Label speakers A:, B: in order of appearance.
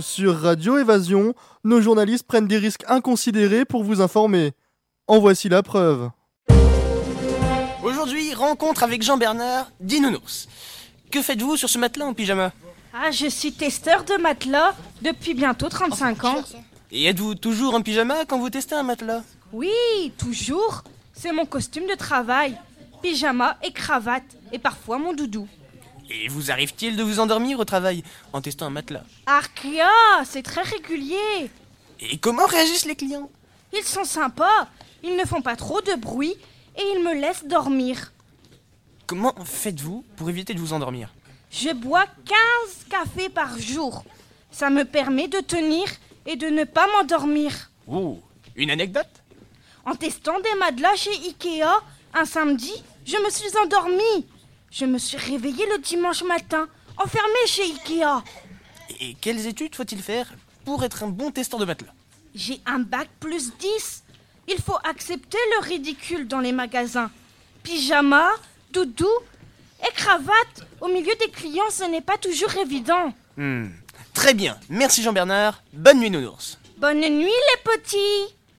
A: Sur Radio Évasion, nos journalistes prennent des risques inconsidérés pour vous informer. En voici la preuve.
B: Aujourd'hui, rencontre avec Jean-Bernard Dinounours. Que faites-vous sur ce matelas en pyjama
C: Ah, je suis testeur de matelas depuis bientôt 35 ans.
B: Et êtes-vous toujours en pyjama quand vous testez un matelas
C: Oui, toujours. C'est mon costume de travail. Pyjama et cravate. Et parfois mon doudou.
B: Et vous arrive-t-il de vous endormir au travail en testant un matelas
C: Arkea, c'est très régulier.
B: Et comment réagissent les clients
C: Ils sont sympas. Ils ne font pas trop de bruit et ils me laissent dormir.
B: Comment faites-vous pour éviter de vous endormir
C: Je bois 15 cafés par jour. Ça me permet de tenir et de ne pas m'endormir.
B: Ouh, Oh, une anecdote
C: En testant des matelas chez Ikea, un samedi, je me suis endormie. Je me suis réveillée le dimanche matin, enfermée chez Ikea.
B: Et quelles études faut-il faire pour être un bon testeur de matelas
C: J'ai un bac plus 10. Il faut accepter le ridicule dans les magasins. Pyjama, doudou et cravate au milieu des clients, ce n'est pas toujours évident.
B: Hmm, Très bien, merci Jean-Bernard, bonne nuit nounours
C: Bonne nuit les petits